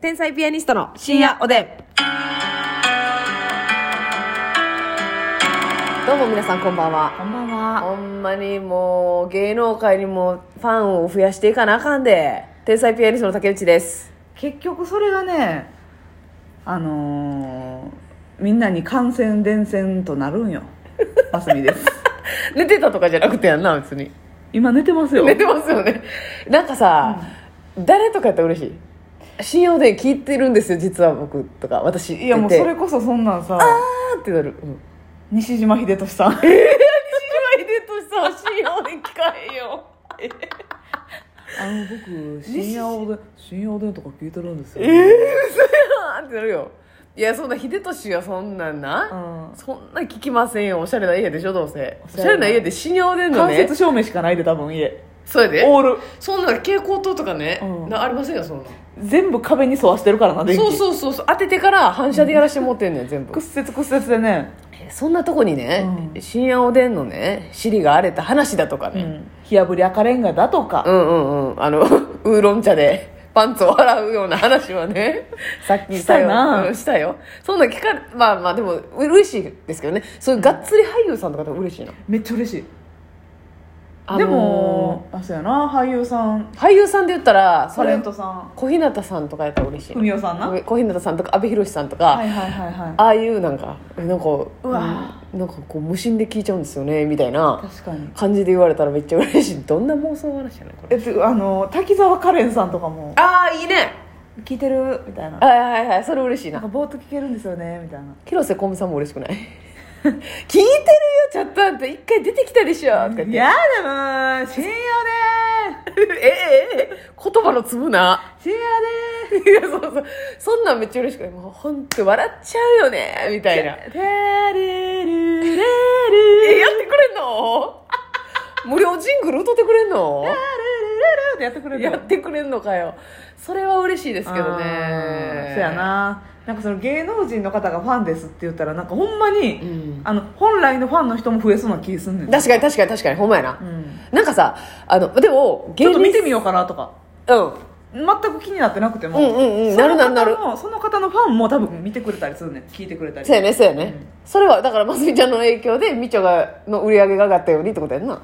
天才ピアニストの深夜おでん。どうも皆さんこんばんは。こんばんは。ほんまにもう芸能界にもファンを増やしていかなあかんで。天才ピアニストの竹内です。結局それがね、あのーみんなに感染伝染となる んよ。マスミです。寝てたとかじゃなくてやんな、別に。今寝てますよ。寝てますよね。なんかさ、誰とかやったら嬉しい。深夜おでん聞いてるんですよ、実は僕とか。私。いやもうそれこそそんなんさ、あ ーってなる。うん西島秀俊さん。西島秀俊さん、深夜おでん聞かへんよ。あの僕深夜おでん深夜おでんとか聞いてるんですよ、ええ嘘やんってなるよいやそんな秀俊はそんなんな、うんそんな聞きませんよおしゃれな家でしょどうせおおししゃゃれなれな家で信用でんの間ね接照明しかないで多分家それでオールそんな蛍光灯とかね、うんなありませんよそんな全部壁に沿わしてるからな電気そうそうそうそう当ててから反射でやらしてもってんねん全部屈折屈折でね、えそんなとこにね、うん深夜おでんのね尻が荒れた話だとかうね、ん、火あぶり赤レンガだとか、うん、うんうんあのウーロン茶でパンツを洗うような話はねさっきししたたよよな、うんしたよそんな聞かれまあまあでも嬉しいですけどねそういうがっつり俳優さんとかでも嬉しいな、めっちゃ嬉しいあのーでもあそうやな俳優さん俳優さんで言ったらタそレれントさん小日向さんとかやったら嬉しい文雄さんなはい小日向さんとか阿部寛さんとか、はいはいはいああいうなんかえなんかうわうんなんかこう無心で聞いちゃうんですよねみたいな確かに感じで言われたらめっちゃ嬉しいどんな妄想話じゃないこれえっとあの滝沢カレンさんとかもああいいね「聞いてる?」みたいな「はいはいはいそれ嬉しいなんなかぼーっと聞けるんですよね」みたいな広瀬香美さんも嬉しくない 聞いてるよちょっとあんた一回出てきたでしょとか言ってやだもん深夜で ええええ言葉の粒な。深夜いや、そうそう。そんなんめっちゃ嬉しくて、もうほんと笑っちゃうよね、みたいな。え、やっでーれるてくれるれんの無料ジングル歌ってくれんのってやってくれるやってくれんのかよ。それは嬉しいですけどね。そうや。ななんかその芸能人の方がファンですって言ったらなんかほんまに、うんあの本来のファンの人も増えそうな気すんねん確かに確かに確かに、ほんまやな。うんなんかさ、あの、でも、ちょっと見てみみようかなとかうん。全く気になってなくても、うんうんうんそのなるなる方のその方のファンも多分見てくれたりするねん聞いてくれたりそうやね、そうやねうん。それは、だから、ますみちゃんの影響で、みちょが、の売り上げが上がったようにってことやんな。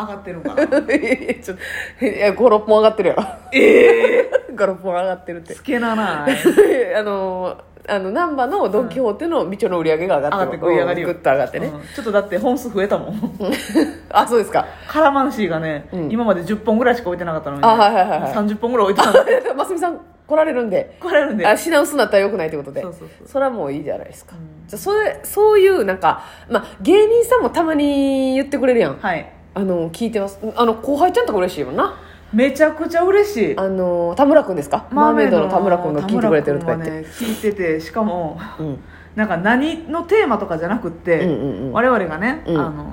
上がってるん かなちょっと、いや、5、6本上がってるやろ。ええ ー、5、6本上がってるって つ。けなない あのー、あの、難波のドン・キホーテのみちょの売り上げが上がってる。上がってるうんぐっと上がってね。うんちょっとだって本数増えたもん あ、そうですか。 カラマンシーがね、うん今まで10本ぐらいしか置いてなかったのに、あはいはいはいはい30本ぐらい置いてたの ますみさん来られるんで、来られるんであ品薄になったらよくないってことで。そうそうそうそれはもういいじゃないですか。うんじゃあそれ、そういうなんか、まあ、芸人さんもたまに言ってくれるやん。はいあの、聞いてます。あの、後輩ちゃんとか嬉しいもんな。めちゃくちゃ嬉しいあのー、田村くんですかマーメイドの田村くんが聞いてくれてるとか言って。田村君はね、聞いててしかもうん。なんか何のテーマとかじゃなくって、うんうんうん我々がね、うんあの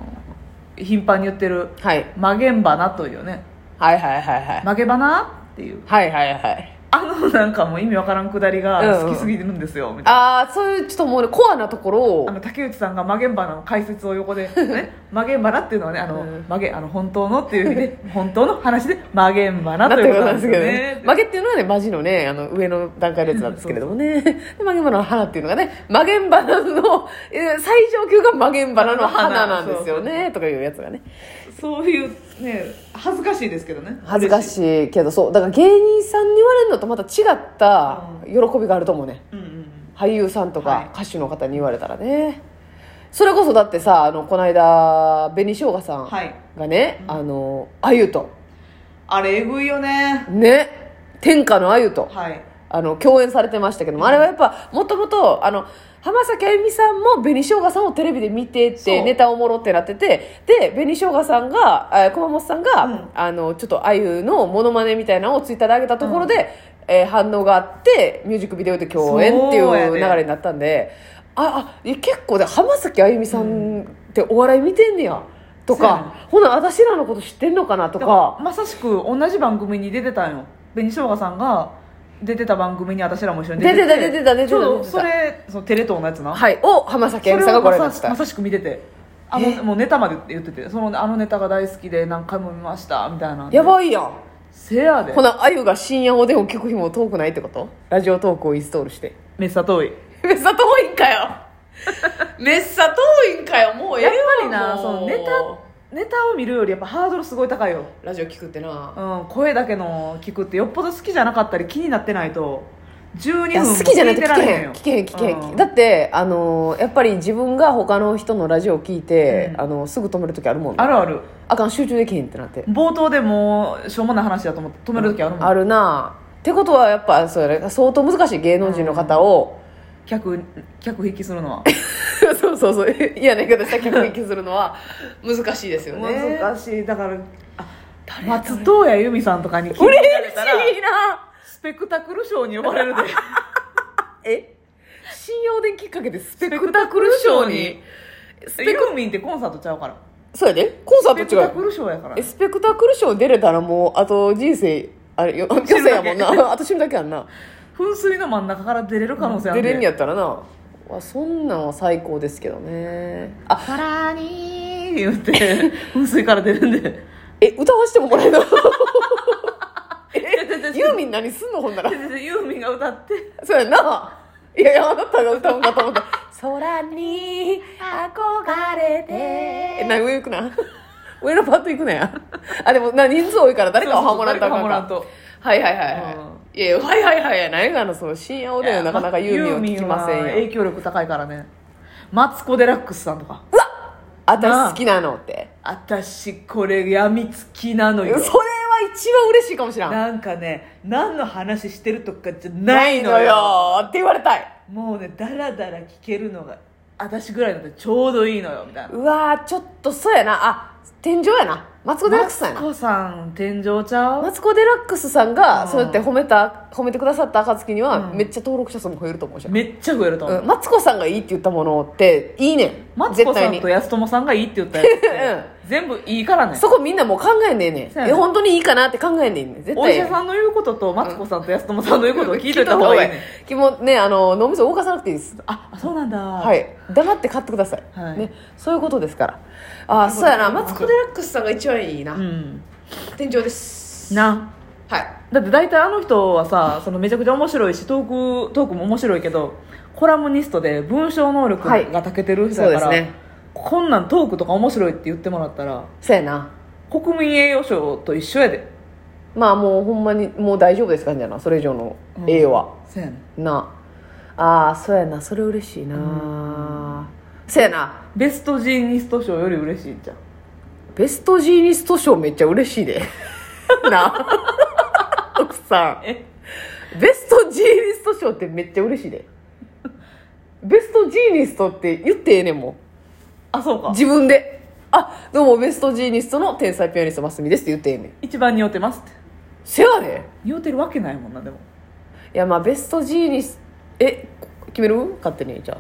頻繁に言ってるはい。 「曲げんばな」というねはいはいはい「曲げばな」っていうはい。はいはいはい。あのなんかもう意味わからんくだりが好きすぎるんですよ、みたいな。ああ、そういうちょっともうね、コアなところをあ、の竹内さんが曲げんばなの解説を横 で、ね、曲げんばなっていうのはねあの、うん曲げあの本当のっていう意味で 本当の話で曲げんばななとっていうこことなんとなんでですすけよどねね。曲げっていうのはね、マジのね、あの、上の段階のやつなんですけれどもね。で、曲げ花の花っていうのがね、曲げん花の、えー最上級が曲げん花の花なんですよね、とかいうやつがね。そういうね恥ずかしいですけどね恥ずかい、しいけど、そう。だから芸人さんに言われるのとまた違ったう喜びがあると思うね。うんうんうん、俳優さんとはいか歌手の方に言われたらね。それこそだってさ、あの、この間、紅生姜さん。はいがね、あの、あゆと、あれえぐいよねね、天下のあゆと、はいあの、共演されてましたけども、あれはやっぱ、もともと、あの、浜崎あゆみさんも紅生姜さんをテレビで見てそて、うネタおもろってなってて、で、紅生姜さんが、えー熊本さんが、うんあの、ちょっとあゆのモノマネみたいなのをツイッターで上げたところで、えー反応があって、ミュージックビデオで共演っていそうやうね流れになったんで、あ、あ、え結構で、浜崎あゆみさんってお笑い見てんねや、とそうやか、ほな、私らのこと知ってんのかなとだかか、らまさしく同じ番組に出てたんよ紅しょうがさんが出てた番組に私らも一緒に出てた出てた出てたちょう出どてたそれそのテレ東のやつな、はい、を浜崎あゆそみれさんがをご覧まになってさた。まさしく見ててあもうもうネタまで言っててそのあのネタが大好きで何回も見ましたみたいなんでやばいやん。せやでほなあゆが深夜おでんを聞く日も遠くないってことラジオトークをインストールして めっさ遠いめっさ遠いんか よめっさ遠いんかよもうええやっわぱりなもうそのネタネタを見るよりやっぱハードルすごい高いよ、ラジオ聞くってなうん、声だけの聞くってよっぽど好きじゃなかったり気になってないと12分いや好きじゃないと聞けられへんよ聞けへん聞けへん、うんだってあのーやっぱり自分が他の人のラジオを聞いて、うんあのすぐ止める時あるもんねあるあるあかん集中できへんってなって冒頭でもうしょうもない話だと思って止める時あるもん、あるなってことはやっぱそれ相当難しい芸能人の方を、客客引きするのは そうそうそう嫌な言い方した客引きするのは難しいですよね難しいだからあ松任谷由実さんとかに聞いてられたら嬉しいなスペクタクル賞に呼ばれるでえ信用電きっかけで スペクタクルショーにスペクユーミンってコンサートちゃうからそうやでコンサスペークト違タうクル賞やからえスペクタクルショー出れたらもうあと人生あれよ余生やもんな あと死ぬだけやんな噴水の真ん中から出れる可能性あ出るれんやったらなわそんなんは最高ですけどねあさらにー言って噴水から出るんでえ歌わしてももらえない えでで でユーミン何すんのほんならでででユーミンが歌ってそうやないやいやあなたが歌うんかと思った 空に憧れてえな上行くな上のパッと行くなやあでもな人数多いから誰かをハモらんとあかん誰かハモらんかとはいはいはいはい、いやいやはいはいはいやないがあのその深夜おでんはなかなかユーミンを聞きませんユーミンはよ影響力高いからねマツコ・デラックスさんとか私好きなのって私これ病みつきなのそれよは一番嬉しいかもしれんなんかね何の話してるとかじゃなないいののよよって言われたいもうねダラダラ聞けるのが私ぐらいだったらちょうどいいのよみたいなうわーちょっとそうやなあ天井やなマツコ・デラックスさんやなマツコさん天井ちゃうマツコ・デラックスさんが、うんそうやって褒めた褒めてくださった暁には、うんめっちゃ登録者数も増えると思うし、めっちゃ増えると思う、うんマツコさんがいいって言ったものっていいねんマツコさん絶と対に安友さんがいいって言ったやつって、全部いいからねそこみんなもう考えんねえねそうやんねいや本当にいいかなって考えんねえねん絶お医対者さんの言うこととマツコさんと安友さんの言うことを聞いといた方がいいね、気もねあの脳みそ動かさなくていいですああそうなんだは、はい黙って買ってください、はいね、そういうことですからああそうやななるほどマツコ・デラックスさんが一番いいな、うん天井ですなはいだって大体あの人はさそのめちゃくちゃ面白いしトークトークも面白いけどコラムニストで文章能力はいが長けてる人だから、そうですねこんなんトークとか面白いって言ってもらったらそうやな国民栄誉賞と一緒やでまあもうほんまにもう大丈夫ですかじゃなそれ以上の栄養は、そうやねなああそうやなそれ嬉しいな、そうやなベストジーニスト賞より嬉しいんじゃんベストジーニスト賞めっちゃ嬉しいで なあ奥さえんベストジーニスト賞ってめっちゃ嬉しいでベストジーニストって言ってええねんもあそううか自分であどうもベストジーニストの天才ピアニストますみですって言ってええねん一番似合ってますってせやで似合ってるわけないもんなでもいやまあベストジーニスえ決める勝手にじゃあ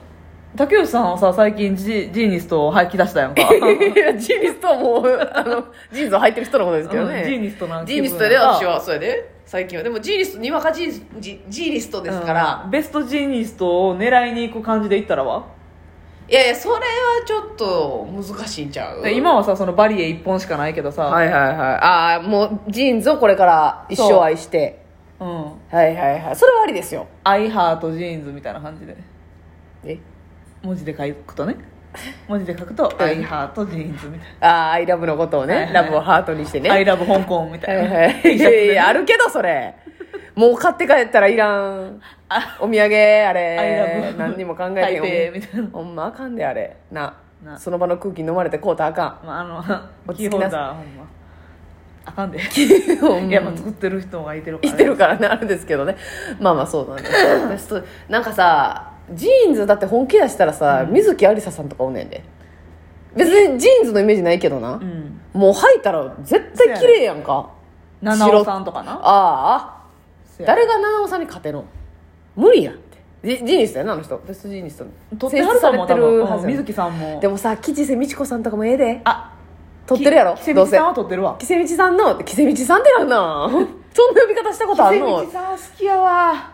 竹内さんはさ最近ジジーニストを吐き出した やんかいやジーニストはもうあのジーンズを履いてる人のことですけどね、うんジーニストなんジーニストで私はそうやで最近はでもジーニストにわかジージジーニストですから、うんベストジーニストを狙いに行く感じでいったらはいやいやそれはちょっと難しいんちゃうで今はさそのバリエ1本しかないけどさ、はいはいはいああもうジーンズをこれから一生愛してうん、はいはいはいそれはありですよアイハートジーンズみたいな感じでえ文字で書く とね文字で書くとアイハートジーンズみたいああアイラブのことをね、はいはいラブをハートにしてねな、アイラブ香港みたはいいな、はい T い シャツやでいねやあるけどそれもう買って帰ったらいらんお土産あアイラれブ何にも考えて台北みたいなほんまあかんであれななその場の空気に飲まれてこうたらあかま あ、あの落ち着きキーホルなダーほんまあかんでんほんいまやまあ作ってる人が いてるから言ね、ってるからねあれですけどねまあまあそうなんですベストなんかさジーンズだって本気出したらさ、水木有沙さんとかおんねんで別にジーンズのイメージないけどな、うんもう履いたら絶対綺麗やんか七尾さんとかなああ誰誰が七尾さんに勝てるの無理やんってジジーニストやなあの人ベストジーニスト撮ってはるかも選出さ多れてる分はうずんや水ん木さんもでもさ吉瀬美智子さんとかもええであ撮ってるやろききせどみうちせさんは撮ってるわ吉瀬美智さんの吉瀬美智さんってなん なんそんな呼び方したことあるのきせみちさんは好きやわ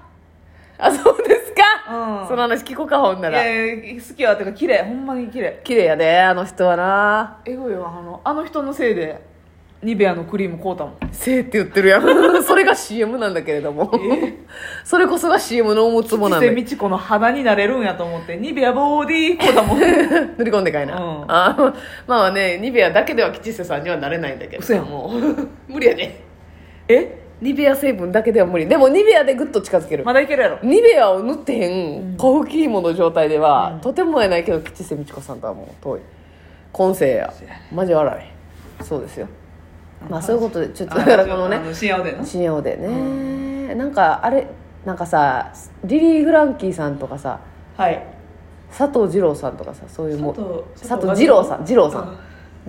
あそうですか、うんその話聞こうかほんないらやいや好きやわっていうか綺麗ほんまに綺麗綺麗やであの人はなエゴよあのあの人のせいでニベアのクリーム買うたもんせーって言ってるや んそれが CM なんだけれどもそれこそが CM の思つもなん吉瀬で美智子の肌になれるんやと思ってニベアボディー買う たもん塗り込んでかいな、うんあーまあねニベアだけでは吉瀬さんにはなれないんだけど嘘やんもう 無理や ねえニベア成分だけでは無理でもニベアでグッと近づける、まだいけるやろニベアを塗ってへん高級芋の状態では、とても会えないけど吉瀬美智子さんとはもう遠い今世やそうやマジ笑いそうですよまあそういうことでちょっとあだからこのねあ新青でな新王でね、なんかあれなんかさリリー・グランキーさんとかさはい佐藤二朗さんとかさそういうもう佐佐藤藤二朗さん二郎さん、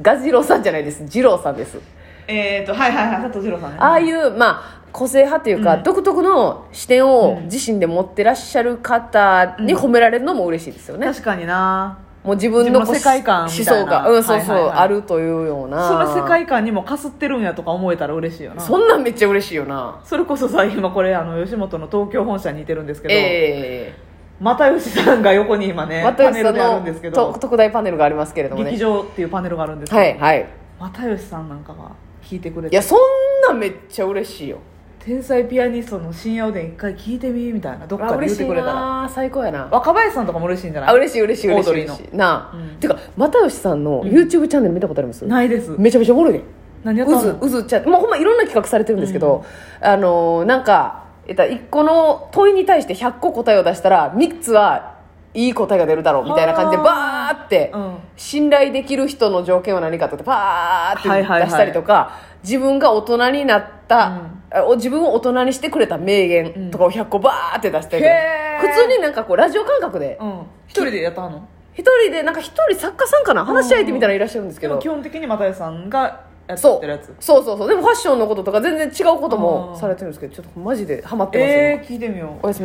が二郎さんじゃないです二郎さんです、えっ、ー、とはいはいはい佐藤二郎さんねああいうまあ個性派というか、うん独特の視点をうん自身で持ってらっしゃる方に褒められるのも嬉しいですよね、確かになもう自分のこう自分の世界観思みた想いながうんそうそう、はいはいはいあるというようなその世界観にもかすってるんやとか思えたら嬉しいよなそんなんめっちゃ嬉しいよなそれこそさ今これあの吉本の東京本社にいてるんですけど、え又吉さんが横に今ねえパ又吉さネルんであるんですけのとど特大パネルがありますけれどもね劇場っていうパネルがあるんですけど、はいはい又吉さんなんかが聞いてくれいてやそんなんめっちゃ嬉しいよ「天才ピアニストの深夜おでん一回聞いてみ」みたいなどっあかで嬉言っしていくれたらな最高やな若林さんとかも嬉しいんじゃあない嬉しい嬉しいオ嬉ーしいドリーの嬉しいなあ、うんてか又吉さんの YouTube チャンネル見たことあります、ないですめちゃめちゃおもろいね何やったうのずうずちゃんもうほんまいろんな企画されてるんですけど、あのーなんかえっと1個の問いに対して100個答えを出したら3つはいい答えが出るだろうみたいな感じでバあーって、うん信頼できる人の条件は何かとかパーってはいはいはい出したりとか、自分が大人になった、お自分を大人にしてくれた名言とかを100個バーって出したりとかへー普通になんかこうラジオ感覚でうん一人でやったの一人でなんか一人作家さんかな話し相手みたいなのいらっしゃるんですけでども基本的に又吉さんがやっそてるやつうそうそうそうでもファッションのこととか全然違うこともうんされてるんですけどちょっとマジでハマってます、えー、聞いてみよう今おやすみ